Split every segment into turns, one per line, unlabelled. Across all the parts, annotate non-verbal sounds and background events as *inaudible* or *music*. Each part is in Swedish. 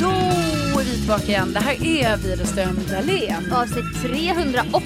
Då är vi tillbaka igen. Det här är Widerström Dahlén.
Avsnitt 308.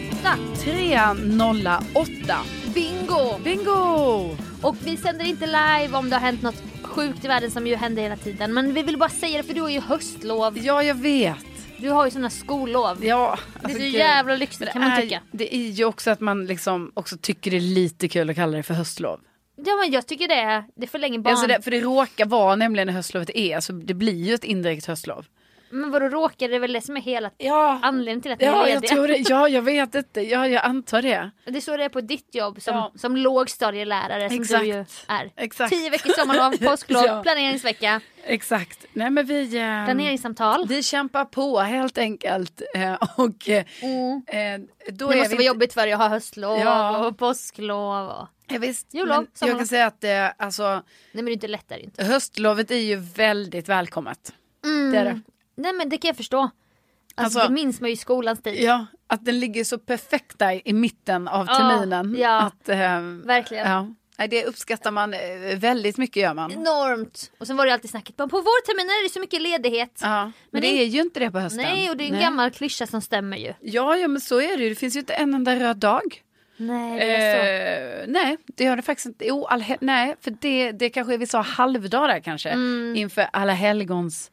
308.
Bingo!
Bingo!
Och vi sänder inte live om det har hänt något sjukt i världen som ju händer hela tiden. Men vi vill bara säga det för du har ju höstlov.
Ja, jag vet.
Du har ju sådana skollov.
Ja,
Det är
alltså,
så
gud.
jävla lyxigt
Men
kan man
är-
tycka.
Det är ju också att man liksom också tycker det är lite kul att kalla det för höstlov.
Ja men jag tycker det. Det förlänger barn.
Alltså det, för det råkar vara nämligen när höstlovet är, så det blir ju ett indirekt höstlov.
Men vadå råkar det är väl det som är hela
Ja,
anledningen till att ni
ja
är
jag
lediga.
tror det. Ja, jag vet inte. Ja, jag antar det.
Det är så det är på ditt jobb som,
Ja.
som lågstadielärare som
Exakt.
du ju är.
Exakt.
Tio veckors sommarlov,
*laughs*
påsklov,
Ja.
planeringsvecka,
Exakt. Nej, men vi... ehm,
planeringssamtal.
Vi kämpar på helt enkelt. Eh, och, eh,
Mm.
eh, då
Det måste
är vi
vara
inte-
jobbigt för dig att ha höstlov
Ja.
och påsklov. Och...
Ja, visst.
Jullov,
men jag
sommarlov.
kan säga att eh, alltså,
Nej men det är inte lätt är det inte. Mm.
höstlovet är ju väldigt välkommet. Det är det.
Nej men det kan jag förstå. Alltså,
Alltså-
det minns man ju i skolans tid.
Ja, att den ligger så perfekt där i mitten av
Ja,
terminen.
ja.
Att, eh,
Verkligen.
Ja. Nej, Det uppskattar man eh, väldigt mycket gör man.
Enormt. Och sen var det alltid snacket men på vårterminen är det så mycket ledighet.
Ja. Men,
Men
det
det-
är ju inte det på hösten.
Nej och det är en gammal klyscha som stämmer ju.
Ja, ja, men så är det ju. Det finns ju inte en enda röd dag.
Nej det är så.
Eh, nej, det gör det faktiskt inte. Jo, all hel- nej, för det, det kanske är vissa halvdagar kanske.
Mm.
Inför alla helgons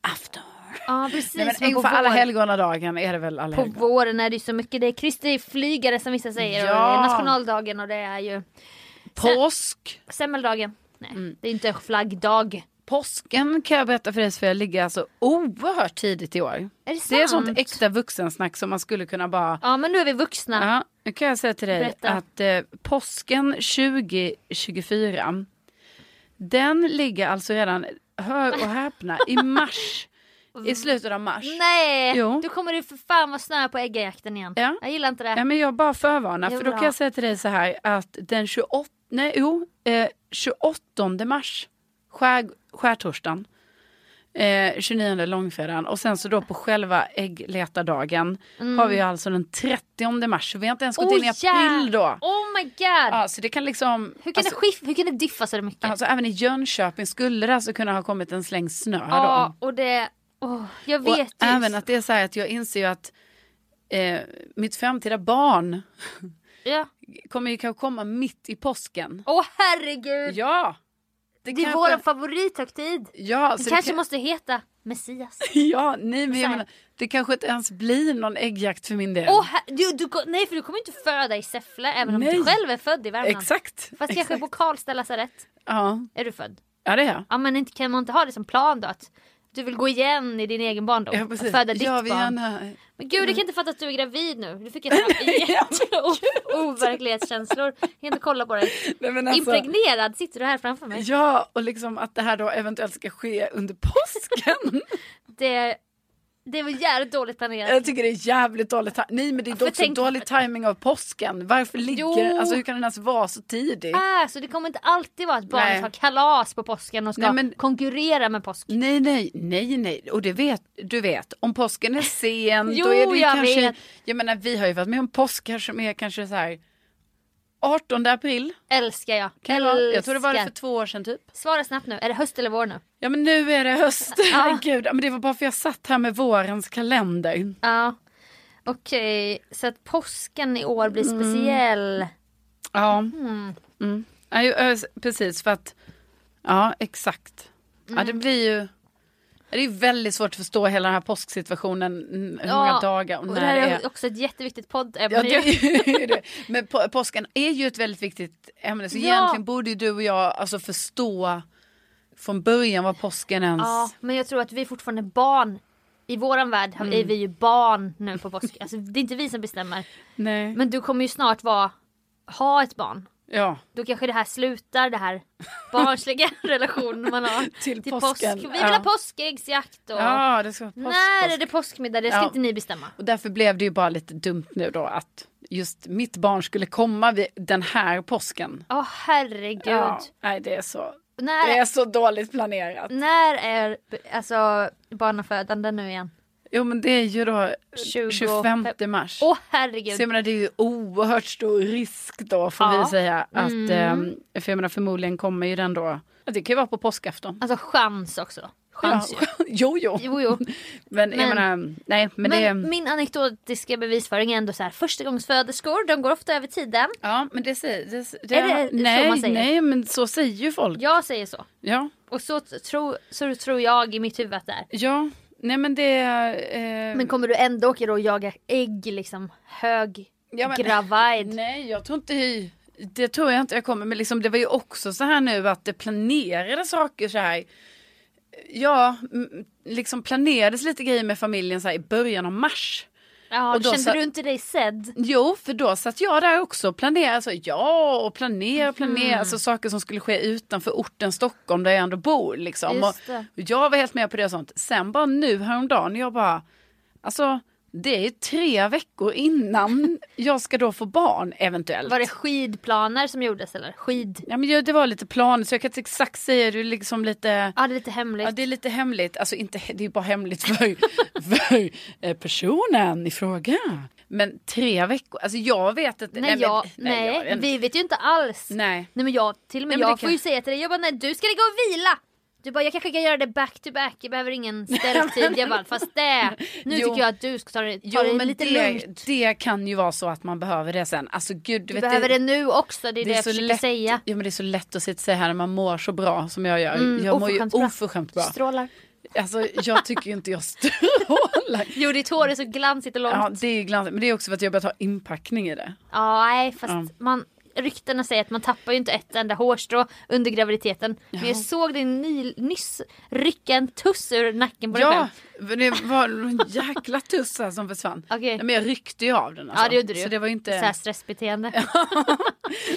afton.
Ja precis.
Nej, men
men på,
inför alla
vår,
helgonadagen är det väl alla
på
helgon.
våren är det ju så mycket. Det är Kristi flygare som vissa säger och det
Ja.
är nationaldagen och det är ju
Påsk. Mm.
semmeldagen. Nej det är inte flaggdag.
Påsken kan jag berätta för dig Sofia ligger alltså oerhört tidigt i år.
Är det
Det är
sant?
sånt äkta vuxensnack som man skulle kunna bara...
Ja men nu är vi vuxna.
Ja, nu kan jag säga till dig
Berätta.
att eh, påsken 2024 den ligger alltså redan, hör och häpna, i mars.
*laughs*
I slutet av mars.
Nej!
Jo.
Då kommer det för fan vara snö på äggjakten igen.
Ja.
Jag gillar inte det.
Ja, men jag bara förvarnar,
Jag vill
för då kan
ha.
jag säga till dig så här att den 28, nej, jo, eh, 28 mars, skär, skärtorsdagen, eh, 29 långfredagen och sen så då på själva äggletardagen
Mm.
har vi ju alltså den 30 mars. Så vi har inte ens gått in i april då.
Oh my god!
Ja, så det kan liksom...
Hur kan,
alltså,
det skif- hur kan det diffa så mycket?
alltså, även i Jönköping skulle det alltså kunna ha kommit en släng snö då.
ja, och det... åh, jag
Och
vet ju.
även att det är så här att jag inser ju att eh, mitt framtida barn
Ja.
kommer ju kanske komma mitt i påsken.
Åh herregud!
Ja!
det är vår favorithögtid.
Ja,
Det
så det
kanske
kan-
måste heta
Messias.
*laughs* Ja, nej men
Så här.
jag menar, det kanske inte ens blir någon äggjakt för min del.
Åh, her- du, du, ko- nej, för du kommer inte föda i Säffle även om du
Nej.
själv är född i Värmland.
Exakt.
Fast kanske
exakt.
på Karlstad lasarett
Ja,
är du född.
ja det är jag.
Ja, men inte, kan man inte ha det som plan då? Att du vill gå igen i din egen barndom?
Ja,
att
precis.
föda ditt
jag vill
barn?
gärna...
Men gud, jag kan inte fatta att du är gravid nu. Nu fick jag
*laughs*
såna jätte- *laughs* o- overklighetskänslor. Jag kan inte kolla på dig.
Nej, men alltså-
Impregnerad sitter du här framför mig.
Ja, och liksom att det här då eventuellt ska ske under påsken.
*laughs* Det, det var jävligt dåligt planerat.
jag tycker det är jävligt dåligt. ta- Nej, men det är
för
också
tänk-
dålig timing av påsken. Varför ligger...
Jo.
Alltså hur kan den ens vara så tidig?
Ah, så det kommer inte alltid vara att barnet
Nej.
har kalas på påsken och ska
Nej, men-
konkurrera med påsk.
Nej, nej, nej, nej. Och det vet, du vet, om påsken är sen
*laughs* Jo,
då är det ju
jag
kanske...
vet.
Jag menar, vi har ju varit med om påskar som är kanske så här 18 april.
Älskar jag.
Kan det vara? Jag tror det var det för två år sedan typ.
Svara snabbt nu. Är det höst eller vår nu?
Ja men nu är det höst. Herregud. Ja, men det var bara för jag satt här med vårens kalender.
Ja. Okej, så att påsken i år blir speciell.
Mm. Ja. Mm. Ja, ju, ö, s- precis för att. Ja exakt. Ja det
Mm.
blir ju. Det är ju väldigt svårt att förstå hela den här påsksituationen. mm, Hur många dagar och,
och
när
det här är,
det är.
också ett jätteviktigt poddämne.
Ja, det är ju det. Men på, påsken är ju ett väldigt viktigt ämne. Så
Ja.
egentligen borde ju du och jag alltså förstå från början vad påsken ens...
Ja, men jag tror att vi är fortfarande barn. I våran värld har-
Mm.
är vi ju barn nu på påsk. Alltså, det är inte vi som bestämmer.
Nej.
Men du kommer ju snart vara, ha ett barn.
Ja.
Då kanske det här slutar, det här barnsliga *laughs* relationen man
*laughs*
har
Till
till påsk.
påsken,
Vi vill
ja.
ha påskäggsjakt och
Ja, det ska vara påsk.
när
påsk.
är det påskmiddag? Det ska
Ja.
inte ni bestämma.
Och därför blev det ju bara lite dumt nu då att just mitt barn skulle komma vid den här påsken.
Åh herregud.
Ja, nej, det är så,
När,
det är så dåligt planerat.
när är alltså, barnafödande nu igen?
Jo, men det är ju då
20
25 mars.
Åh
Så jag
herregud.
menar det är ju oerhört stor risk då får
Ja. Mm.
vi säga. Att, ehm, för jag menar förmodligen kommer ju den då. Ja, Det kan ju vara på påskafton.
Alltså chans också. Chans ju.
*laughs* jo, jo.
Jo, jo.
Men,
Men-
jag menar, nej men,
Men
det.
min anekdotiska bevisföring är ändå så här förstagångsföderskor, de går ofta över tiden.
Ja men det säger. Det, det,
Är det så
nej,
man säger?
nej men så säger ju folk. Ja.
Jag säger så.
ja.
Och så, t- tro, så tror jag i mitt huvud att det är.
Nej men det. Eh,
Men kommer du ändå åka då och jaga ägg liksom hög
Ja, men- *laughs*
gravid?
Nej jag tror inte. Det tror jag inte jag kommer. Men liksom, det var ju också så här nu att det planerades saker så här. Ja, m- liksom planerades lite grejer med familjen så här i början av mars.
Ja,
Och
då
då
kände
så-
du inte dig sedd?
Jo, för då satt jag där också och planerade. Alltså, ja, och planera, planera. Alltså, saker som skulle ske utanför orten Stockholm där jag ändå bor. Liksom. Och, och
Just det.
jag var helt med på det och sånt. Sen bara nu häromdagen, jag bara... Alltså, det är ju tre veckor innan jag ska då få barn eventuellt.
Var det skidplaner som gjordes eller? Skid?
Ja, men jag- det var lite planer, så jag kan inte exakt säga. Det är liksom lite...
Ja, det är lite hemligt.
Ja, det är lite *laughs* hemligt. Alltså inte, he- det är bara hemligt för, för eh, personen i fråga. Men tre veckor, alltså jag vet att...
Nej,
men-
jag, nej,
jag vet-
vi vet ju inte alls.
Nej.
Nej men jag, till och
Nej,
med
men
jag
det
får
kan-
ju säga till dig, jag bara nej du ska ligga och vila. Du bara jag kanske kan göra det back to back, jag
*laughs*
behöver ingen ställtid. Jag bara fast det, nu
Jo.
tycker jag att du ska ta det, ta
Jo,
det
men
lite
det,
lugnt.
det kan ju vara så att man behöver det sen. Alltså gud, du
Du
vet
behöver det nu också, det är det, jag
så
försöker
lätt,
säga.
Ja, men det är så lätt att sitta sig här när man mår så bra som jag gör.
Mm,
jag mår ju
oförskämt bra.
oförskämt bra.
Strålar.
Alltså, jag tycker ju inte jag strålar.
Jo ditt hår är så glansigt och långt.
Ja,
Ja,
det är glansigt. Men det är också för att jag börjar ta inpackning i det.
nej fast man Ryktena säger att man tappar ju inte ett enda hårstrå under graviditeten. Men jag såg dig ny, nyss rycka en tuss ur nacken på dig själv.
Ja, men det var en jäkla tussa som försvann.
*laughs* Okej.
Nej, Men jag ryckte ju av den. Alltså.
Ja det gjorde du
Så det var ju inte...
Så här stressbeteende.
*laughs*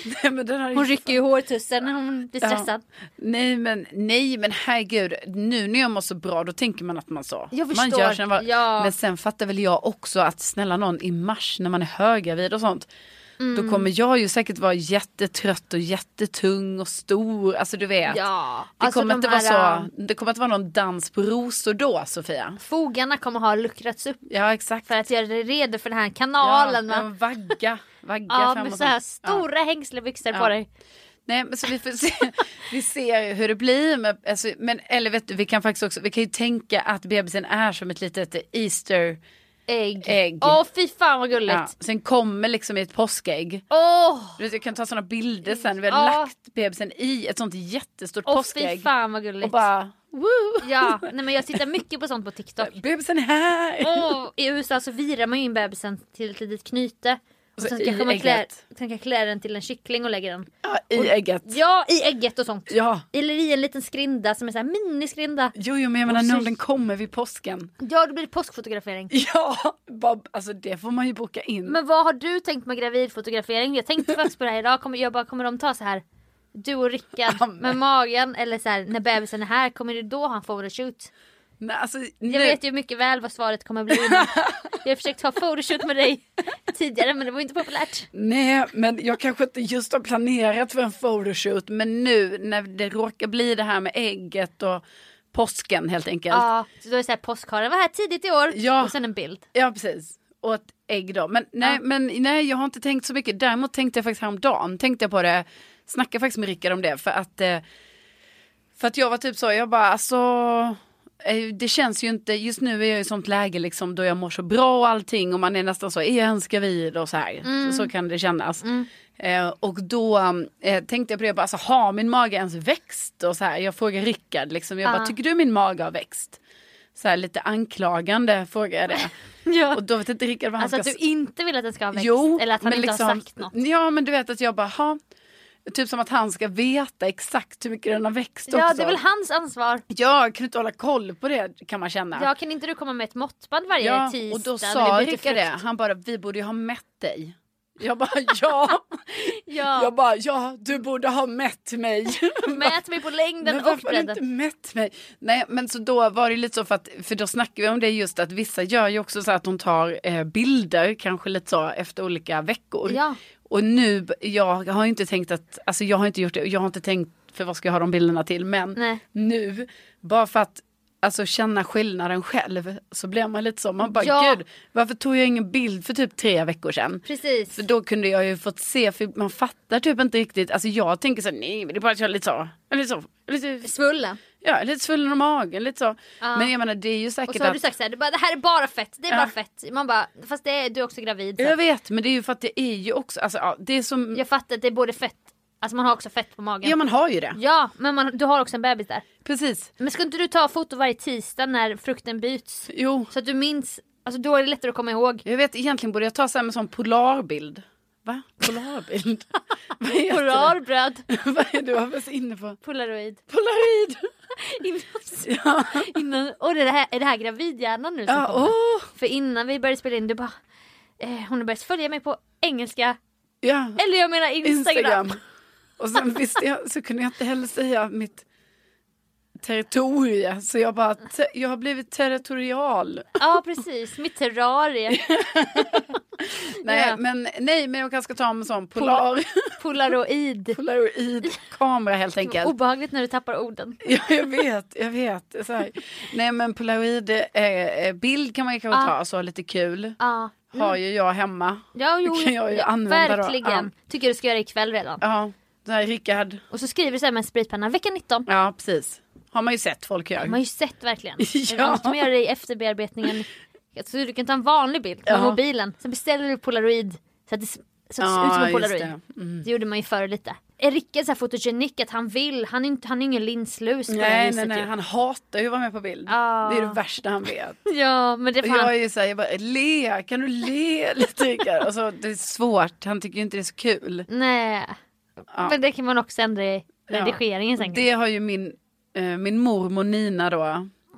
Nej, men den har ju-
Hon rycker ju hårtussen när hon blir
Ja.
stressad.
Nej men, nej men herregud, nu när jag mår så bra då tänker man att man så.
Jag
man
förstår.
sina val.
Ja.
Men sen fattar väl jag också att snälla någon i mars när man är höggravid och sånt.
Mm.
Då kommer jag ju säkert vara jättetrött och jättetung och stor. Alltså du vet.
Ja,
Det,
alltså
kommer
de
inte
här, ähm,
vara så, det kommer inte vara någon dans på rosor då Sofia.
Fogarna kommer ha luckrats upp
Ja exakt.
för att göra dig redo för den här
ja,
kanalen.
ja,
Ja,
vagga, vagga
ja
fram
med
och
så här
fram. Ja.
stora hängslebyxor på
Ja.
dig.
Nej, men så vi får se. *laughs* Vi ser hur det blir. Men, alltså, men eller vet du, vi kan faktiskt också, vi kan ju tänka att bebisen är som ett litet Easter
ägg.
Ägg.
Åh fy fan vad
Ja,
gulligt.
sen kommer liksom i ett påskägg.
Åh! Mm.
Du vet, jag kan ta såna bilder sen. Vi har
Ja.
lagt bebisen i ett sånt jättestort
Åh fy
påskägg.
fan vad gulligt.
Och bara woo!
Ja, nej men jag tittar mycket på sånt på TikTok.
*laughs* Bebisen är här!
Och I USA så virar man ju in bebisen till ett litet knyte. Och
Så
sen
Alltså, i
kanske man klär,
ägget.
sen kan jag klä den till en kyckling och lägger den.
Ja, I ägget.
Ja, i ägget och sånt.
Ja.
Eller i en liten skrinda som är så här miniskrinda.
Jo, jo, men jag menar
Och så-
när den kommer vid påsken.
Ja, då blir det påskfotografering.
*laughs* Ja, Bob, alltså det får man ju boka in.
Men vad har du tänkt med gravidfotografering? Jag tänkte faktiskt på det här idag. Kommer, jag bara, kommer de ta så här du och Rickard med magen eller så här när bebisen är här, kommer du då ha en photoshoot?
Nej, alltså,
Jag vet ju mycket väl vad svaret kommer bli. men Jag har försökt ha photoshoot med dig tidigare men det var ju inte populärt.
Nej, men jag kanske inte just har planerat för en photoshoot. Men nu när det råkar bli det här med ägget och påsken helt enkelt.
Ja, så då är det så här påskharen var här tidigt i år
Ja.
och sen en bild.
Ja, precis. Och ett ägg då. Men nej,
Ja.
men nej, jag har inte tänkt så mycket. Däremot tänkte jag faktiskt häromdagen, tänkte jag på det, snackade faktiskt med Rickard om det. För att, eh, för att jag var typ så, jag bara alltså, eh, det känns ju inte, just nu är jag i ett sånt läge liksom då jag mår så bra och allting och man är nästan så, är jag ens gravid och så här.
Mm.
Så, så kan det kännas. Eh, och då eh, tänkte jag på det, jag bara, alltså, har min mage ens växt? Och så här, jag frågar Rickard, liksom, jag bara, tycker du min mage har växt? Så här, lite anklagande frågar jag det.
*laughs* Ja.
Och då vet inte Rickard vad han
Alltså att
ska
du inte vill att den ska ha växt
Jo,
eller att han
men
inte har
liksom-
sagt något.
Ja, men du vet att jag bara, ha. Typ som att han ska veta exakt hur mycket den har växt
Ja,
också.
det är väl hans ansvar.
Ja, jag kunde inte hålla koll på det kan man känna.
Ja, kan inte du komma med ett måttband varje
Ja,
tisdag?
och då
när
sa
du byter
Rickard det.
frukt?
Han bara, vi borde ju ha mätt dig. Jag *laughs* bara, ja.
Ja,
Jag bara, ja, du borde ha mätt mig.
mät mig på
Men
längden och
varför har du
bredden.
inte mätt mig? Nej, Eh, men så då var det lite så för att, för då snackade vi om det just att vissa gör ju också så att de tar eh, bilder, kanske lite så efter olika veckor.
Ja.
Och nu, b- jag har ju inte tänkt att, alltså jag har inte gjort det, jag har inte tänkt för vad ska jag ha de bilderna till, men
Nej.
nu, bara för att Alltså känna skillnaden själv så blir man lite så, man bara
Ja.
gud varför tog jag ingen bild för typ tre veckor sedan?
Precis.
För då kunde jag ju fått se, för man fattar typ inte riktigt, alltså jag tänker så här, nej men det är bara att jag är lite så, lite så, lite
Svullen.
Ja, lite svullen om magen, lite så. Men jag menar det är ju
Och
säkert
så har
att...
du sagt så här, du bara, det här är bara fett, det är
Ja.
bara fett. Man bara, fast det är, du är också gravid. Så
jag
jag,
vet, men det är ju för att det är ju också, alltså ja, det är som...
jag fattar att det är både fett, alltså man har också fett på magen.
Ja, man har ju det.
Ja, men man, du har också en bebis där.
Precis.
Men ska inte du ta foto varje tisdag när frukten byts?
Jo,
Så att du minns, alltså då är det lättare att komma ihåg.
jag vet egentligen borde jag ta så här med sån polarbild. Va?
*laughs*
Polarbild? Vad heter det?
Polarbröd,
*laughs* Vad är du var inne på?
polaroid.
Polaroid!
*laughs* Innan,
ja,
innan, och det här, är det här gravidhjärnan nu som
ja
kommer?
åh!
För innan vi började spela in, du bara eh, Hon har börjat följa mig på engelska,
Ja,
eller jag menar Instagram.
Instagram. Och sen visste jag, så kunde jag inte heller säga mitt territorie, så jag bara, te- jag har blivit territorial.
Ja precis, mitt terrarie,
*laughs* Nej,
Ja.
men, nej, men jag kanske ska ta en sån polar,
*laughs* polaroid.
polaroid-kamera helt enkelt.
Obehagligt när du tappar orden.
*laughs* Ja, jag vet, jag vet. Så här. Nej, men polaroid-bild kan man ju kanske
Ja.
ta så lite kul.
Ja, Mm.
Har ju jag hemma.
ja jo,
Det kan jag ju
ja,
använda då.
verkligen. Tycker du ska göra det ikväll redan.
Ja, den här Rickard.
Och så skriver du så här med en spritpenna, vecka 19.
Ja, precis. Har man ju sett folk göra.
Man har ju
*laughs*
sett verkligen.
Ja.
Ja. Annars kan man göra det i efterbearbetningen. Så du kan ta en vanlig bild med
Ja.
mobilen. Sen beställer du polaroid så att det, så att det ser ut som en
just
polaroid. Det.
det. Mm.
gjorde man ju förr lite. Är Rickard så här fotogenik att han vill? Han är, inte, han är ingen linslus på det här
Nej, nej,
viset
nej,
ju.
han hatar ju att vara med på bild.
Ja.
Det är det värsta han vet.
*laughs* Ja men det
Och
får han.
jag är ju såhär, jag bara, le, kan du le lite Rickard? Och så, det är svårt, han tycker ju inte det är så kul.
Nej. Men det kan man också ändra i
Ja.
redigeringen sen.
Det har ju min, eh, min mormor Nina då,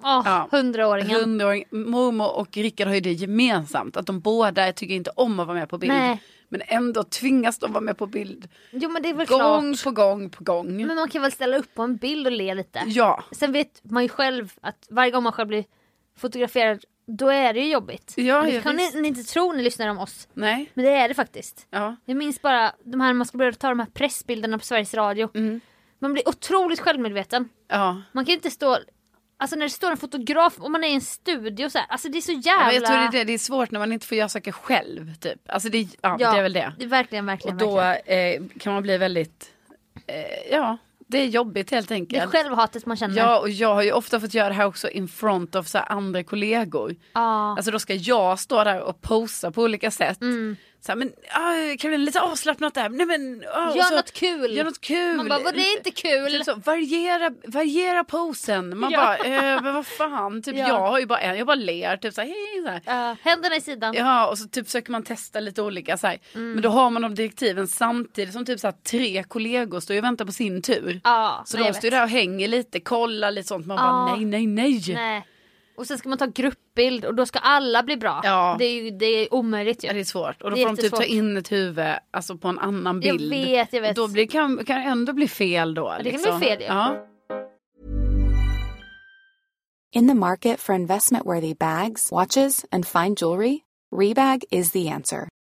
Åh,
ja.
hundraåringen.
hundraåring, mormor och Rickard har ju det gemensamt att de båda tycker inte om att vara med på bild.
Nej.
Men ändå tvingas de vara med på bild
Jo men det är väl
gång
klart.
på gång på gång.
Men man kan väl ställa upp på en bild och le lite.
Ja,
Sen vet man ju själv att varje gång man själv blir fotograferad då är det ju jobbigt.
Ja,
Men
ja,
det kan ni,
visst.
ni inte tro när ni lyssnar om oss.
nej,
Men det är det faktiskt.
ja.
Jag minns bara de här, man ska börja ta de här pressbilderna på Sveriges Radio. Man blir otroligt självmedveten.
Mm. ja.
Man kan inte stå, alltså när det står en fotograf och man är i en studio så här, alltså det är så
Ja,
jävla...
men Jag tror det är, det. det är svårt när man inte får göra saker själv. Typ. Alltså det, ja, det är väl det.
Verkligen, verkligen.
Och då
verkligen.
eh, kan man bli väldigt, eh, ja, Det är jobbigt helt
Det är
enkelt.
självhatet man känner.
Ja, och jag har ju ofta fått göra det här också in front of så här andra kollegor.
Ja.
Alltså då ska jag stå där och posa på olika sätt. Så här, men ah, kan vi lite avslappnat där? Nej, men, ah, och
Gör
så,
något kul.
Gör något kul.
Man bara, "Vad, det är inte kul."
Typ så, variera, variera posen. Man
Ja.
bara, eh, men vad fan. Typ
*laughs* Ja.
jag har ju bara en, jag bara ler. Typ så här, hej, så här.
Eh, händerna i sidan. Mm.
Ja, och så typ försöker man testa lite olika så här. Men då har man de direktiven samtidigt som typ så här, tre kollegor står ju och väntar på sin tur.
Ja,
så
nej,
de
jag
står ju
vet.
där och hänger lite, kollar lite sånt. Man bara
Ja.
nej, nej, nej.
Nej. Och sen ska man ta gruppbild och då ska alla bli bra.
Ja.
Det, är ju, det är omöjligt
Ja, det är
ju.
svårt. Och då
Det är
får de typ ta
jättesvårt.
in ett huvud alltså på en annan
Jag
bild.
vet, jag vet.
Och då blir, kan, kan det ändå bli fel då. liksom.
det kan bli fel ju.
Ja.
In the market for investment worthy bags, watches, and fine jewelry, Rebag is the answer.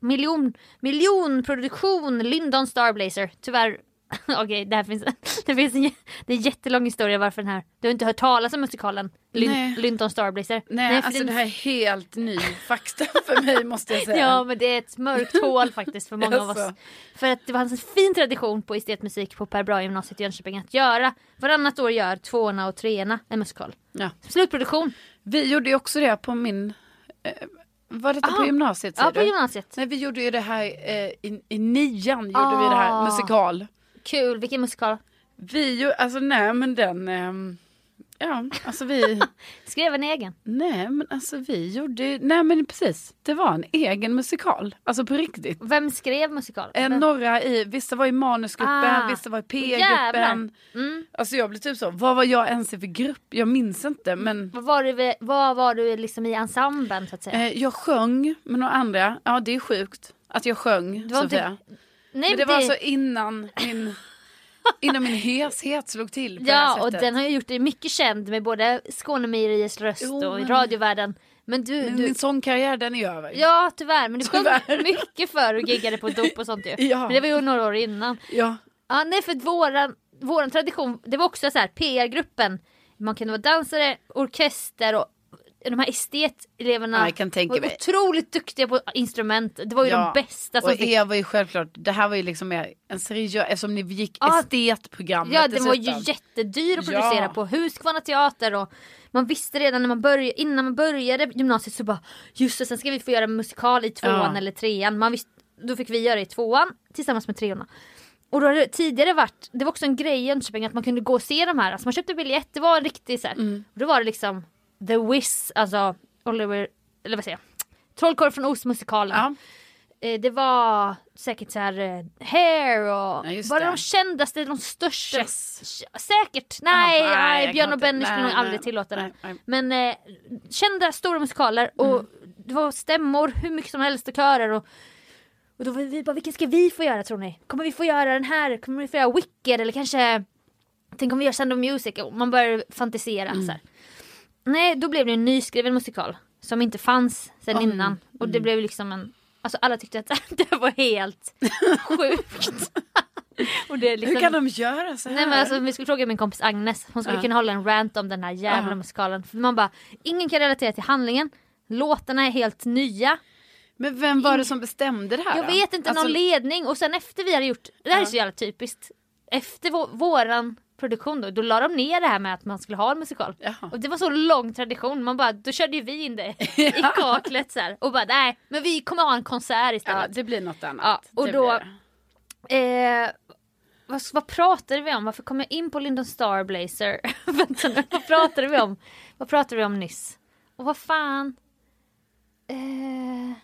Miljon, miljonproduktion, Lyndon Starblazer. Tyvärr. *laughs* Okej, det här finns, *laughs* det finns en, jä- det är en jättelång historia varför den här. Du har inte hört talas om musikalen Lyn,
Nej.
Lyndon Starblazer?
Nej,
för
alltså
den-
det här är helt ny fakta för mig måste jag säga.
*laughs*
Alltså.
Ja men det är ett mörkt hål faktiskt för många
*laughs*
av oss.
Jaså.
För att det fanns en fin tradition på estetmusik på Per Bra gymnasiet i Jönköping att göra varannat år gör tvåorna och treorna en musikal.
Ja.
Slutproduktion.
Vi gjorde ju också det på min... Eh, var detta
Aha.
på gymnasiet? säger
Ah. Ja på
du?
gymnasiet.
Nej, vi gjorde ju det här eh, i, i nian. Gjorde
Ah.
vi det här musikal.
Kul, vilken musikal.
Vi ju, alltså nej men den... ehm, ja, alltså vi...
Skrev en egen.
nej men alltså vi gjorde ju- Nej men precis. Det var en egen musikal. Alltså på riktigt.
Vem skrev musikalen?
Eh,
Vem-
några i, vissa var i manusgruppen,
Ah.
vissa var i
Jävlar.
P-gruppen.
Mm.
Alltså jag blev typ så, vad var jag ens i för grupp? Jag minns inte men
Vad var, du, vi- vad var du liksom i ensemblen så att säga?
eh, jag sjöng med några andra. Ja det är sjukt att jag sjöng
var inte-
Sofia.
Nej,
Men det var alltså innan
*laughs*
min, innan min heshet slog till på det här
Ja och
sättet.
den har ju gjort dig mycket känd med både Skånemejeriers röst
Jo,
och i
men-
radiovärlden. Men du,
Men
du...
Min sångkarriär den är över.
Ja tyvärr men du sjöng
Tyvärr.
*laughs* mycket förr och giggade på dop och sånt ju.
*laughs* Ja.
Men det var ju några år innan.
Ja.
Ja nej för att våran, våran tradition, det var också så här PR-gruppen. Man kunde vara dansare, orkester och de här esteteleverna
Jag kan tänka
var
mig.
otroligt duktiga på instrument. Det var ju
Ja.
de bästa som
och
fick.
er var ju självklart, det här var ju liksom mer en seriös, eftersom ni gick
Ja.
estetprogrammet
Ja den var ju
dessutom.
jättedyr att producera
Ja.
på Huskvarna teater och man visste redan när man började, innan man började gymnasiet så bara just det, sen ska vi få göra en musikal i tvåan
Ja.
eller trean. Man visste, då fick vi göra det i tvåan tillsammans med treorna. Och då hade det tidigare varit, det var också en grej i Jönköping att man kunde gå och se de här. Alltså man köpte biljett, det var en riktig så här.
Mm.
Och då var det liksom The Wiz, alltså Oliver, eller vad säger jag? Trollkarlen från Oz-musikalen. Eh, Det var säkert så här eh, Hair och
Ja, just
var det
det.
de kändaste, de största?
Chess.
Säkert! Nej,
Ja, nej,
nej,
jag
Björn
kan
och Benny
inte.
skulle
Nej,
nog aldrig
nej,
tillåta det.
nej, nej. Mm.
Men eh, kända stora musikaler och det var stämmor hur mycket som helst och körer och och då var vi bara, vilken ska vi få göra tror ni? Kommer vi få göra den här? Kommer vi få göra Wicked? Eller kanske, tänk om vi gör Sound of Music? Och man börjar fantisera
Mm.
så här. Nej, då blev det en nyskriven musikal. Som inte fanns sen innan. Och
Mm.
det blev liksom en, alltså alla tyckte att *laughs* det var helt sjukt.
*laughs*
och det är liksom,
Hur kan de göra så här?
Nej men alltså vi skulle fråga min kompis Agnes, hon skulle
Ja.
kunna hålla en rant om den här jävla
Ja.
musikalen. För man bara, ingen kan relatera till handlingen, låtarna är helt nya.
Men vem var det som bestämde det här?
Jag
då?
vet inte,
Alltså,
någon ledning och sen efter vi hade gjort, det här är
Ja.
så jävla typiskt. Efter vå- våran produktion då, då la de ner det här med att man skulle ha en musikal.
Jaha.
Och det var så lång tradition, man bara, då körde ju vi in det *laughs* i kaklet så här. Och bara nej, men vi kommer ha en konsert
Ja,
istället.
det blir något annat.
Ja, och
Det
då-
blir det.
Eh, vad, vad pratade vi om? Varför kom jag in på Lyndon Starblazer? *laughs* Vänta nu, vad pratade vi om? Vad pratade vi om nyss? Och vad fan? Eh,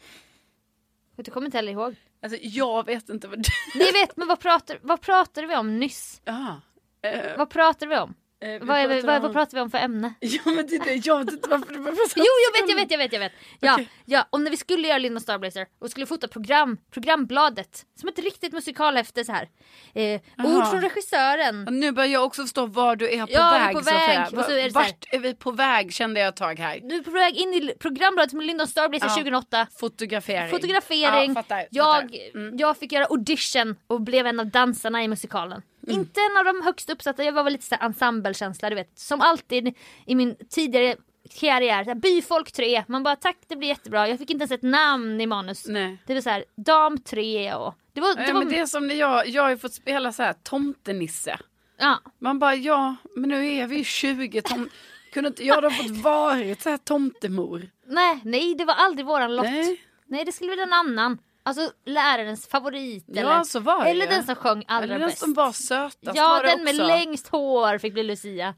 du kommer inte heller ihåg.
Alltså, jag vet inte vad du...
Ni vet, men vad pratar, vad pratade vi om nyss?
Ja. Eh,
Vad pratade vi om?
eh, vi
vad, är-
pratar
vad,
om-
vad pratade vi om för ämne?
Ja men det är det, jag vet inte varför det var så
Jo, jag vet, jag vet, jag vet, jag vet. Ja, ja, om när vi skulle göra Linda Starblazer och skulle fota program, programbladet som ett riktigt musikalhäfte så här. Eh, ord
Aha.
från regissören.
Och Nu börjar jag också förstå var du är på
Ja, vi är
väg
på
Sofia.
väg. Och så är det så här-
Vart är vi på väg kände jag ett tag här.
Du är på väg in i programbladet med Lyndon Starblazer
Ja.
2008.
Fotografering.
Fotografering.
Ja, fattar,
jag,
fattar. Mm.
jag fick göra audition och blev en av dansarna i musikalen.
Mm.
Inte en av de högst uppsatta, jag var väl lite så här ensemblekänsla du vet. Som alltid i min tidigare karriär. så här, Byfolk 3, man bara tack det blir jättebra. Jag fick inte ens ett namn i manus.
Nej.
Det var så här, dam 3 och... Det var, det
Ja,
var,
men det är som när jag, jag har ju fått spela så här tomtenisse.
ja.
Man bara ja, men nu är vi ju 20 tom... *laughs* Kunde inte jag hade fått varit så här tomtemor?
Nej, nej, det var aldrig våran lott. Nej,
Nej.
det skulle bli en annan. Alltså lärarens favorit.
Ja,
eller
så var det
eller
ju.
den som sjöng allra
Eller den
bäst.
som var sötast
ja,
var det
den med
också.
längst hår fick bli Lucia.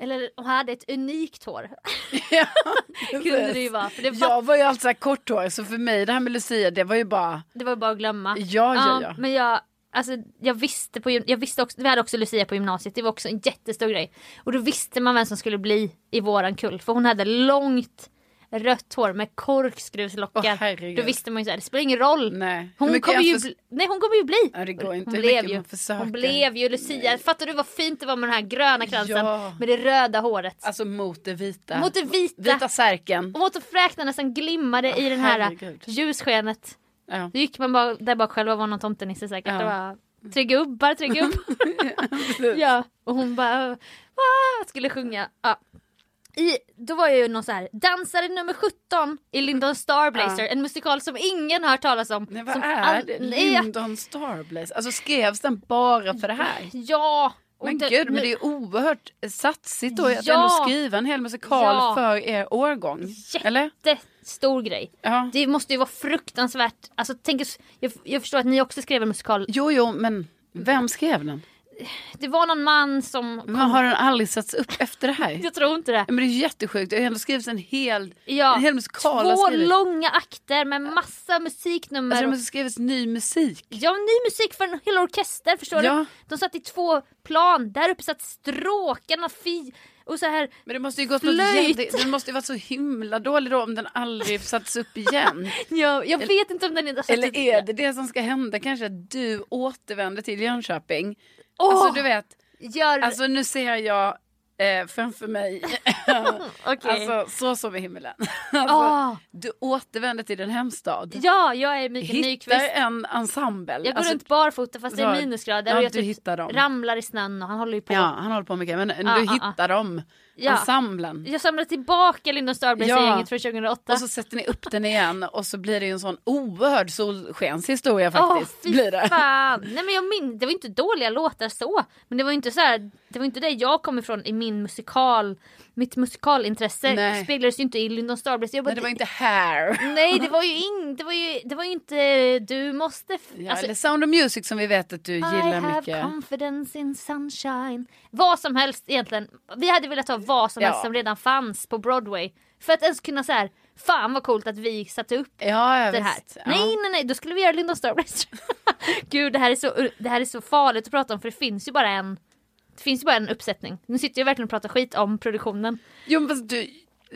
Eller hon hade ett unikt hår.
Ja,
*laughs* Kunde det ju vara. För det var,
Jag var ju alltid så här korthårig så för mig det här med Lucia det var ju bara
det var ju bara att glömma.
Ja, ja, ja.
Men jag, alltså, jag visste på gym- jag visste också, vi hade också Lucia på gymnasiet. Det var också en jättestor grej. Och då visste man vem som skulle bli i våran kull. För hon hade långt rött hår med
Åh,
korkskruvslockar.
herregud.
då visste man ju så här, det spelar ingen roll.
Nej. Hur
Hon
mycket
kommer,
jag
ju
förs-
bli, nej hon kommer ju bli.
Ja, det går inte.
Hon
Hur
blev
mycket
ju,
man försöker.
hon blev ju Lucia. Fattar du vad fint det var med den här gröna kransen
Ja.
med det röda håret.
Alltså mot det vita.
mot det vita.
Vita särken.
Och mot fräknarna som glimmade i den här
herregud.
ljusskenet.
Ja.
Då gick man bara, där bak själv och var någon tomtenisse säkert.
Ja.
Och bara, tre gubbar,
*laughs*
tre gubbar. ja. Och hon bara "Ah", skulle sjunga. Ja. I, då var jag ju någon så här dansare nummer 17 i Lyndon Starblazer. En musikal som ingen har hört talas om.
Nej, vad
som
är
all-
det?
Nej, jag-
Lyndon Starblaze. Alltså skrevs den bara för det här?
Ja. och
Men
den-
gud, men det är ju oerhört satsigt då att
Ja.
ändå skriva en hel musikal
Ja.
för er årgång. Eller?
Jättestor grej.
Ja.
Det måste ju vara fruktansvärt. Alltså, tänk, oss- jag, jag förstår att ni också skrev en musikal.
Jo, jo, men vem skrev den?
Det var någon man som...
Men har den aldrig satts upp efter det här?
Jag tror inte det.
Men det är ju jättesjukt. Det har ju ändå skrivits en hel,
Ja,
en hel musikal. har
Två
skrivits.
långa akter med massa musiknummer.
Alltså, det
och-
måste skrivits ny musik.
Ja, ny musik för en hel orkester, förstår
Ja.
du? De satt i två plan, där uppe satt stråkarna och fi... Och så här...
Men det måste ju gått
Flöjt.
något jätte... Den måste ju varit så himla dålig då om den aldrig satts upp igen.
*laughs* Ja, jag vet inte om den är... alltså,
Eller är det det som ska hända kanske att du återvänder till Jönköping?
Åh!
Alltså du vet,
Gör...
alltså nu ser jag eh, framför
*laughs*
mig,
Okej.
alltså så som i himlen. *laughs* Alltså,
Ah.
Du återvänder till din hemstad.
Ja, jag är Mikael
Hittar
Nyqvist.
en ensemble.
Jag går
Alltså,
runt barfota fast det är
var-
minusgrader
ja,
och jag typ
du hittar dem.
ramlar i snön och han håller ju på.
Ja, han håller på mycket. Men
Ah,
du
ah, ah.
hittar dem,
Ja.
ensemblen.
Jag samlar tillbaka Lyndon Starblazer-gänget
Ja.
från 2008.
Och så sätter ni upp den igen och så blir det ju en sån oerhörd solskenshistoria faktiskt.
Åh, fy
blir det.
fan. Nej, men jag min- det var inte dåliga låtar så. Men det var ju inte, så här, det, var inte det jag kom ifrån i min musikal mitt musikalintresse
Nej.
speglades ju inte i Lyndon Starblaze. Jag bara,
Nej, det var inte här.
Nej, det var ju ing, det var ju, det var ju inte du måste... f-
Ja,
alltså,
eller Sound of Music som vi vet att du
I
gillar
have
mycket.
confidence in sunshine. Vad som helst egentligen. Vi hade velat ha vad som
Ja.
helst som redan fanns på Broadway. För att ens kunna så här, fan vad coolt att vi satte upp
ja, ja,
det här.
visst.
Nej, nej, nej, då skulle vi göra Lyndon Starblaze. *laughs* Gud, det här, är så, det här är så farligt att prata om för det finns ju bara en det finns ju bara en uppsättning. Nu sitter jag verkligen och pratar skit om produktionen.
Jo, men fast du,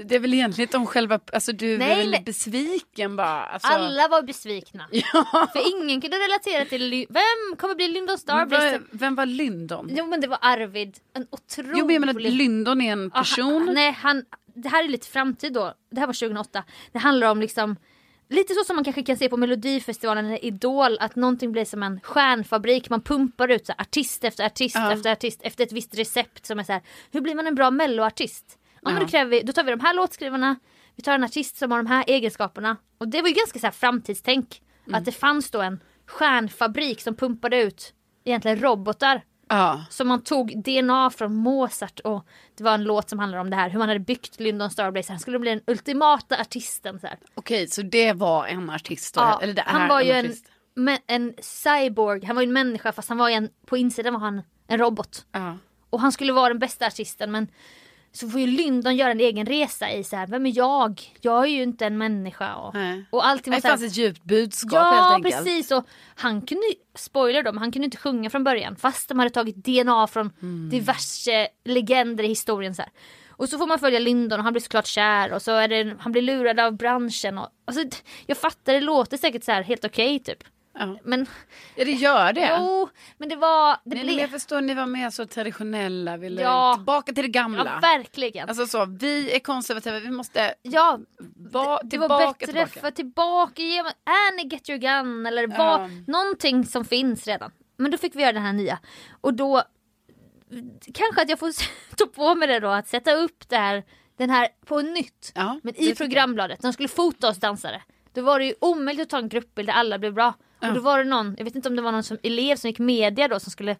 det är väl egentligen inte om själva... Alltså du
Nej,
är väl
nej.
besviken bara. Alltså,
Alla
*laughs*
var besvikna. För ingen kunde relatera till... Ly- Vem kommer bli Lyndon Starblaze?
vem, vem var Lyndon?
Jo men det var Arvid. En otrolig...
Jo, men jag menar Lyndon är en person.
Ah, nej, han, det här är lite framtid då. Det här var 2008. Det handlar om liksom Lite så som man kanske kan se på Melodifestivalen eller Idol att någonting blir som en stjärnfabrik. Man pumpar ut så här, artist efter artist
Ja.
efter artist efter ett visst recept som är så här. Hur blir man en bra melloartist? Ja, men
Ja.
då, kräver vi, då tar vi de här låtskrivarna. Vi tar en artist som har de här egenskaperna. Och det var ju ganska så här framtidstänk.
Mm.
Att det fanns då en stjärnfabrik som pumpade ut egentligen robotar
Ja.
så man tog DNA från Mozart och det var en låt som handlar om det här hur man hade byggt Lyndon Starblaze. Han skulle bli den ultimata artisten. Så här.
Okej, så det var en artist då?
Ja,
eller det är
han var ju en,
artist.
men, en cyborg, han var ju en människa fast han var ju en, på insidan var han en robot.
Ja.
Och han skulle vara den bästa artisten men så får ju Lyndon göra en egen resa i så här, vem är jag? Jag är ju inte en människa. Och,
Nej.
och allting var
Det
så här,
fanns ett djupt budskap helt
Ja
enkelt.
precis och han kunde, ju- spoiler då, men han kunde inte sjunga från början fast de hade tagit DNA från
Mm.
diverse legender i historien så här. Och så får man följa Lyndon och han blir såklart kär och så är det, han blir lurad av branschen och alltså, d- jag fattar det låter säkert så här helt okej typ.
Ja.
Men
Ja, det gör det.
jo, men det var, det
Nej, men jag
blev,
förstår, ni var mer så traditionella, ville
Ja.
tillbaka till det gamla.
ja verkligen.
alltså så, vi är konservativa, vi måste
ja,
va,
det
tillbaka,
var bättre
tillbaka.
för tillbaka, ge mig Annie Get Your Gun eller vad, någonting som finns redan. Men då fick vi göra den här nya och då kanske att jag får *laughs* ta på mig det då att sätta upp det här, den här på nytt.
Ja,
Men
det
i
tycker jag.
programbladet, när de skulle fota oss dansare, då var det ju omöjligt att ta en gruppbild där alla blev bra. Och då var det någon, jag vet inte om det var någon som, elev som gick media då som skulle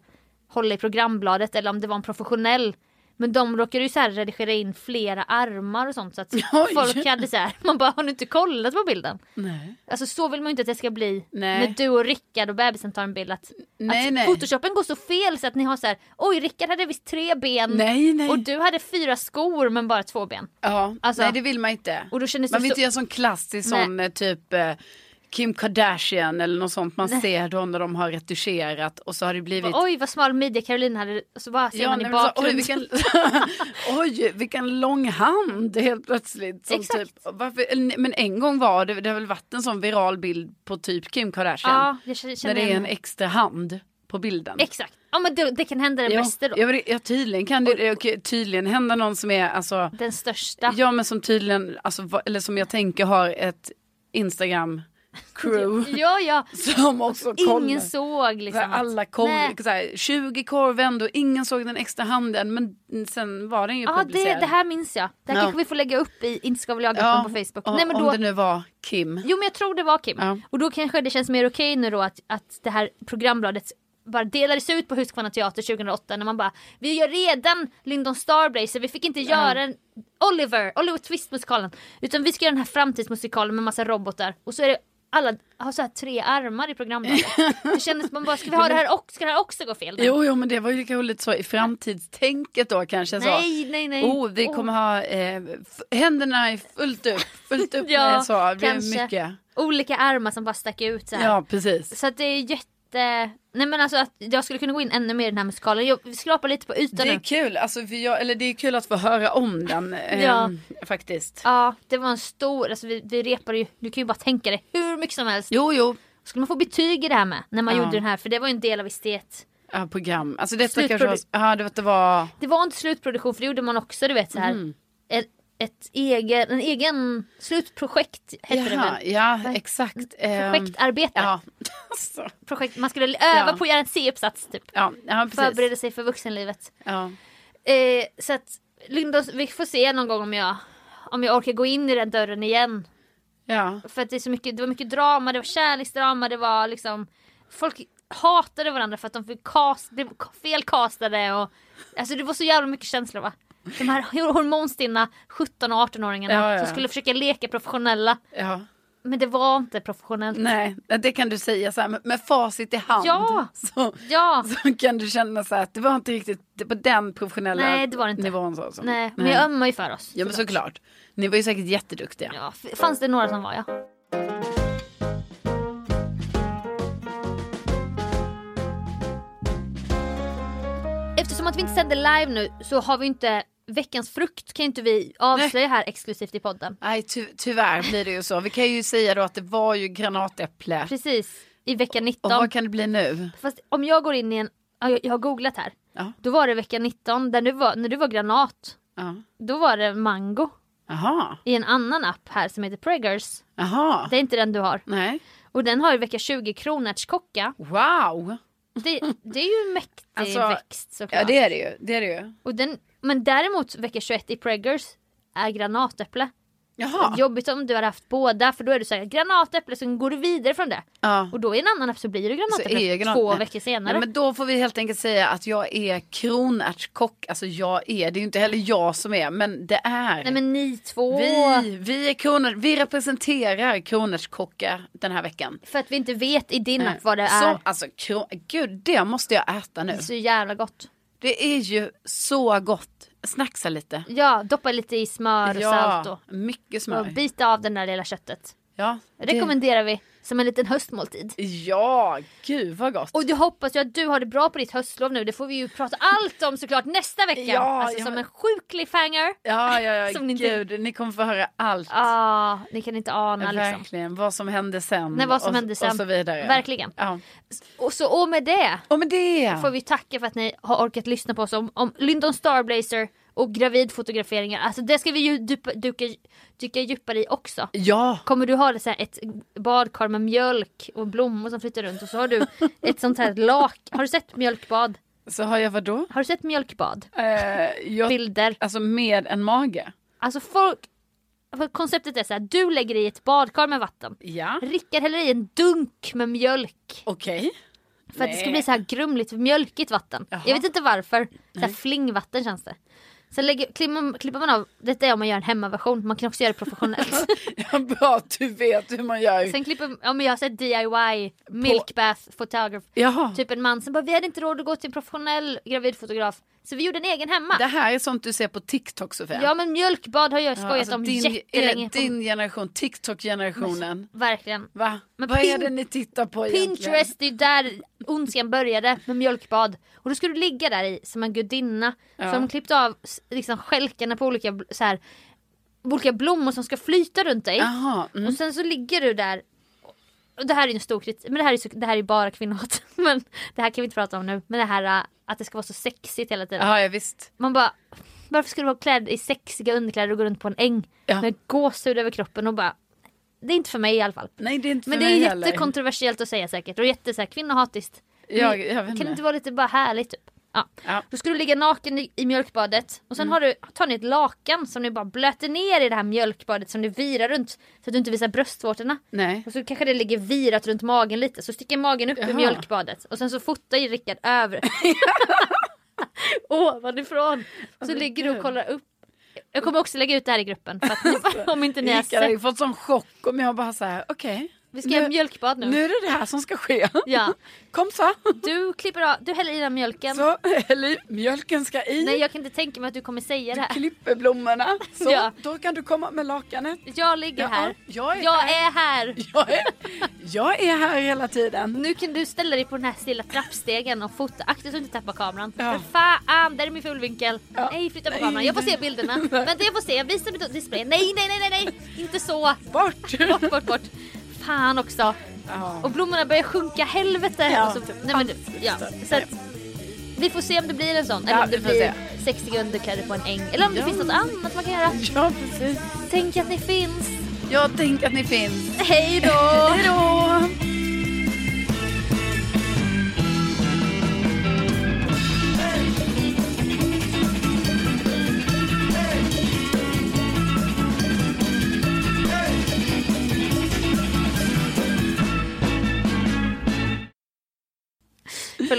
hålla i programbladet eller om det var en professionell. Men de råkade ju så här redigera in flera armar och sånt så
*laughs*
att
Oj.
folk hade så här, man bara har du inte kollat på bilden?
Nej.
Alltså så vill man ju inte att det ska bli
Mm. Nej.
när du och Rickard och bebisen tar en bild att,
Nej,
att
nej.
photoshopen går så fel så att ni har så här, oj Rickard hade visst tre ben
Nej, nej.
och du hade fyra skor men bara två ben.
Ja,
Alltså-
nej det vill man inte.
Och då kändes det
man vill
så-
inte göra sån klassisk
Nej.
sån eh, typ eh, Kim Kardashian eller något sånt man ser då när de har retuscherat och så har det blivit
Oj vad smal midja Caroline hade och så bara ser man i
nej, men så- oj,
bakgrunden.
vilken, *laughs* oj, vilken lång hand helt plötsligt. Som
Exakt.
Typ, varför, eller nej, men en gång var det, det har väl varit en sån viral bild på typ Kim Kardashian.
Ja, jag känner-
när
känner
det är
igen
en
det.
extra hand på bilden.
Exakt, ja men det, det kan hända den
Ja,
bästa då.
ja, men det- ja, tydligen kan det, det okej, tydligen hända någon som är alltså,
Den största.
ja men som tydligen, alltså, va- eller som jag tänker har ett Instagram crew.
*laughs* ja, ja.
*laughs* Som också kollar.
Ingen såg liksom.
Såhär,
att-
alla kor,
Nej.
såhär, 20 korvvändor, ingen såg den extra handen men sen var den ju
Ja, det,
publicerad.
det här minns jag. Det här
Ja.
kanske vi får lägga upp i Inte ska väl jag
Ja,
på Facebook.
o-
Nej, men
om
då,
det nu var Kim.
Jo men jag tror det var Kim.
Ja.
Och då kanske det känns mer okej nu då att, att det här programbladet bara delades ut på Husqvarna Teater 2008 när man bara Vi gör redan Lyndon Starblazer, vi fick inte göra en Oliver, Oliver Twist-musikalen. Utan vi ska göra den här framtidsmusikalen med massa robotar och så är det alla har så här tre armar
*laughs*
i programbladet. det kändes man bara, ska vi ha det här också, ska det här också gå fel?
Jo, jo, men det var ju kanske lite så i framtidstänket då kanske. Så.
Nej, nej, nej.
Oh, vi kommer ha eh, f- händerna i fullt upp, fullt upp
Ja,
med så. Det blir
kanske.
mycket.
Olika armar som bara stack ut så här.
Ja, precis.
Så att det är jätte... Nej men alltså att jag skulle kunna gå in ännu mer i den här musikalen. Jag skrapar lite på ytan
Det
nu.
är kul, alltså, för jag, eller det är kul att få höra om den eh,
Ja.
faktiskt.
Ja, det var en stor, alltså vi, vi repade ju, du kan ju bara tänka dig hur mycket som helst.
Jo, jo,
Skulle man få betyg i det här med? När man
Ja.
gjorde den här, för det var ju en del av estet.
ja, program. Alltså detta
Slutprodu-
kanske var, ja, det var- det var, Mm.
Det var inte slutproduktion, för det gjorde man också, du vet så här. Ett, ett egen, en egen slutprojekt hette det
Jaha,
väl?
ja, exakt. ehm,
Projektarbete.
*laughs* Ja, så.
Projekt, man skulle öva
Alltså. Ja.
på att göra en C-uppsats typ.
ja, ja, precis.
Förbereda sig för vuxenlivet.
Ja.
Eh, så att Lindon, vi får se någon gång om jag, om jag orkar gå in i den dörren igen.
Ja.
För att det, är så mycket, det var mycket drama, det var kärleksdrama, det var liksom Folk hatade varandra för att de fick cast, blev felkastade och Alltså det var så jävla mycket känslor va? De här hormonstinna 17 och 18-åringarna
Ja, ja,
som
ja.
skulle försöka leka professionella.
Ja.
Men det var inte professionellt.
Nej, det kan du säga så här med, med facit i hand. *laughs*
Ja.
Så,
Ja.
så kan du känna så här att det var inte riktigt på den professionella
Nej, det var det inte.
nivån. Så, så.
Nej, men jag ömmar ju för oss.
Ja men såklart. Ni var ju säkert jätteduktiga.
Ja, f- fanns det några som var ja. Eftersom att vi inte sänder live nu så har vi inte veckans frukt kan ju inte vi avslöja här exklusivt i podden.
Nej ty- tyvärr blir det ju så. Vi kan ju säga då att det var ju granatäpple.
Precis, i vecka 19.
Och vad kan det bli nu?
Fast om jag går in i en, ja, jag, jag har googlat här.
Ja.
Då var det vecka 19, där du var, när du var granat,
Ja.
då var det mango
Jaha,
i en annan app här som heter Preggers.
jaha.
Det är inte den du har.
Nej.
Och den har ju vecka 20 kronärtskocka.
Wow.
Det, det är ju en mäktig
Alltså,
växt såklart.
Ja det är det ju. Det är det ju.
Och den, men däremot vecka 21 i Preggers är granatäpple.
Jaha.
Jobbigt om du har haft båda för då är du såhär granatäpple sen går du vidare från det.
Ja.
Och då i en annan app så blir du
Så
granatäpple
är granat-
två
nej.
veckor senare.
Nej, men då får vi helt enkelt säga att jag är kronärtskock. Alltså jag är, det är ju inte heller jag som är, men det är.
Nej, men ni två.
Vi, vi, är kronor, vi representerar kronärtskockar den här veckan.
För att vi inte vet i din
Nej.
app vad det
Så,
är.
alltså, kro- gud, det måste jag äta nu.
Det är så jävla gott.
Det är ju så gott. Snacksa lite.
Ja, doppa lite i smör och salt och,
mycket
och
smör.
bita av den där lilla köttet.
Ja, det-
Rekommenderar vi som en liten höstmåltid.
Ja, gud vad gott.
Och du hoppas jag att du har det bra på ditt höstlov nu. Det får vi ju prata allt om såklart nästa vecka.
Ja,
alltså
ja,
som
men-
en sjuk cliffhanger.
ja, ja, ja
*laughs* Som ni inte-
gud, ni kommer få höra allt.
Ah, ni kan inte ana liksom.
Verkligen, vad som hände sen.
Nej, vad som
och,
hände sen.
Och så vidare.
Verkligen.
Ja.
Och så och med det
Och med det.
får vi tacka för att ni har orkat lyssna på oss om, om Lyndon Starblazer och gravidfotograferingar. Alltså det ska vi ju dupa, duka, dyka djupare i också.
Ja.
Kommer du ha det så här ett badkar med mjölk och blommor som flyter runt och så
*laughs*
har du ett sånt här lak. Har du sett mjölkbad?
Så har jag vadå?
Har du sett mjölkbad?
Eh, jag,
Bilder.
alltså med en mage.
Alltså folk, för konceptet är så här, du lägger i ett badkar med vatten.
Ja.
Rickard häller i en dunk med mjölk
Okej.
för att det ska bli så här grumligt mjölkigt vatten.
Jaha.
Jag vet inte varför. Så här flingvatten känns det. Sen lägger, klipper, klipper man av, detta är om man gör en hemmaversion, man kan också göra det professionellt.
*laughs* Ja, Bra att du vet hur man gör.
Sen klipper, ja men jag har sett DIY, milk bath photograph.
Jaha.
Typ en man som bara vi hade inte råd att gå till en professionell gravidfotograf. Så vi gjorde en egen hemma.
Det här är sånt du ser på TikTok Sofia.
Ja men mjölkbad har jag
Ja,
skojat
alltså
om
din,
jättelänge. Mm,
er- Din generation, TikTok-generationen.
Verkligen.
Va?
Men
Vad är
pin-
det ni tittar på egentligen?
Pinterest, det är där ondskan började med mjölkbad. Och då skulle du ligga där i som en gudinna.
Ja.
Så de klippte av s- liksom stjälkarna på olika, bl- så här, olika blommor som ska flyta runt dig.
Jaha. Mm.
Och sen så ligger du där. Och det här är ju en stor kritik, men det här är, så, det här är bara kvinnohat. *laughs* Men det här kan vi inte prata om nu. Men det här äh, att det ska vara så sexigt hela tiden.
Ja, ja visst.
Man bara, varför ska du vara klädd i sexiga underkläder och gå runt på en äng?
Ja.
Med gåshud över kroppen och bara, det är inte för mig i alla fall.
Nej det är inte
Men
för
det är
mig heller.
jättekontroversiellt att säga säkert och jätte så här, kvinnohatiskt. Men
Jag- jag vet
kan
inte.
det inte vara lite bara härligt typ? Ja.
Ja. Mm.
Då skulle du ligga naken i, i mjölkbadet och sen har du, tar ni ett lakan som ni bara blöter ner i det här mjölkbadet som ni virar runt så att du inte visar bröstvårtorna.
Nej.
Och så kanske det ligger virat runt magen lite så sticker magen upp ur
Jaha.
mjölkbadet och sen så fotar ju Rickard
*laughs*
över. Ovanifrån. Så
men
ligger du och
gud.
kollar upp. Jag kommer också lägga ut det här i gruppen för
*laughs*
att ni, om inte ni har
Rickard har ju
sett.
fått sån chock om jag bara så här, okej.
Vi ska göra mjölkbad nu.
Nu är det det här som ska ske. *laughs*
Ja.
Kom så.
Du klipper av, du häller i den mjölken.
Så, eller mjölken ska i.
Nej jag kan inte tänka mig att du kommer säga det här.
Klipper blommorna. Så,
Ja.
då kan du komma med lakanet.
Jag ligger
Ja,
här.
jag är
är här.
Jag är, jag är här hela tiden.
Nu kan du ställa dig på den här stilla trappstegen och fota. Akta så du inte tappar kameran.
Ja.
Men fan, där är min fulvinkel.
Ja.
Nej, flytta på
Nej.
kameran. Jag får se bilderna. Vänta, jag får se. Visa mig displayen. Nej, nej, nej, nej, nej. Inte så.
Bort!
Bort, bort, bort. Fan också.
Ja.
Och blommorna börjar sjunka. Helvete.
Ja,
och så,
det
nej, men, ja. så att, vi får se om det blir en sån. Eller
Ja,
om det
vi får
blir 60 underkläder på en äng. Eller om det
Ja.
finns något annat man kan göra.
Ja, precis.
Tänk att ni finns.
Jag tänker att ni finns.
Hej då!
Hej då!
Förlåt.
Nej, men
Jag
det
vet-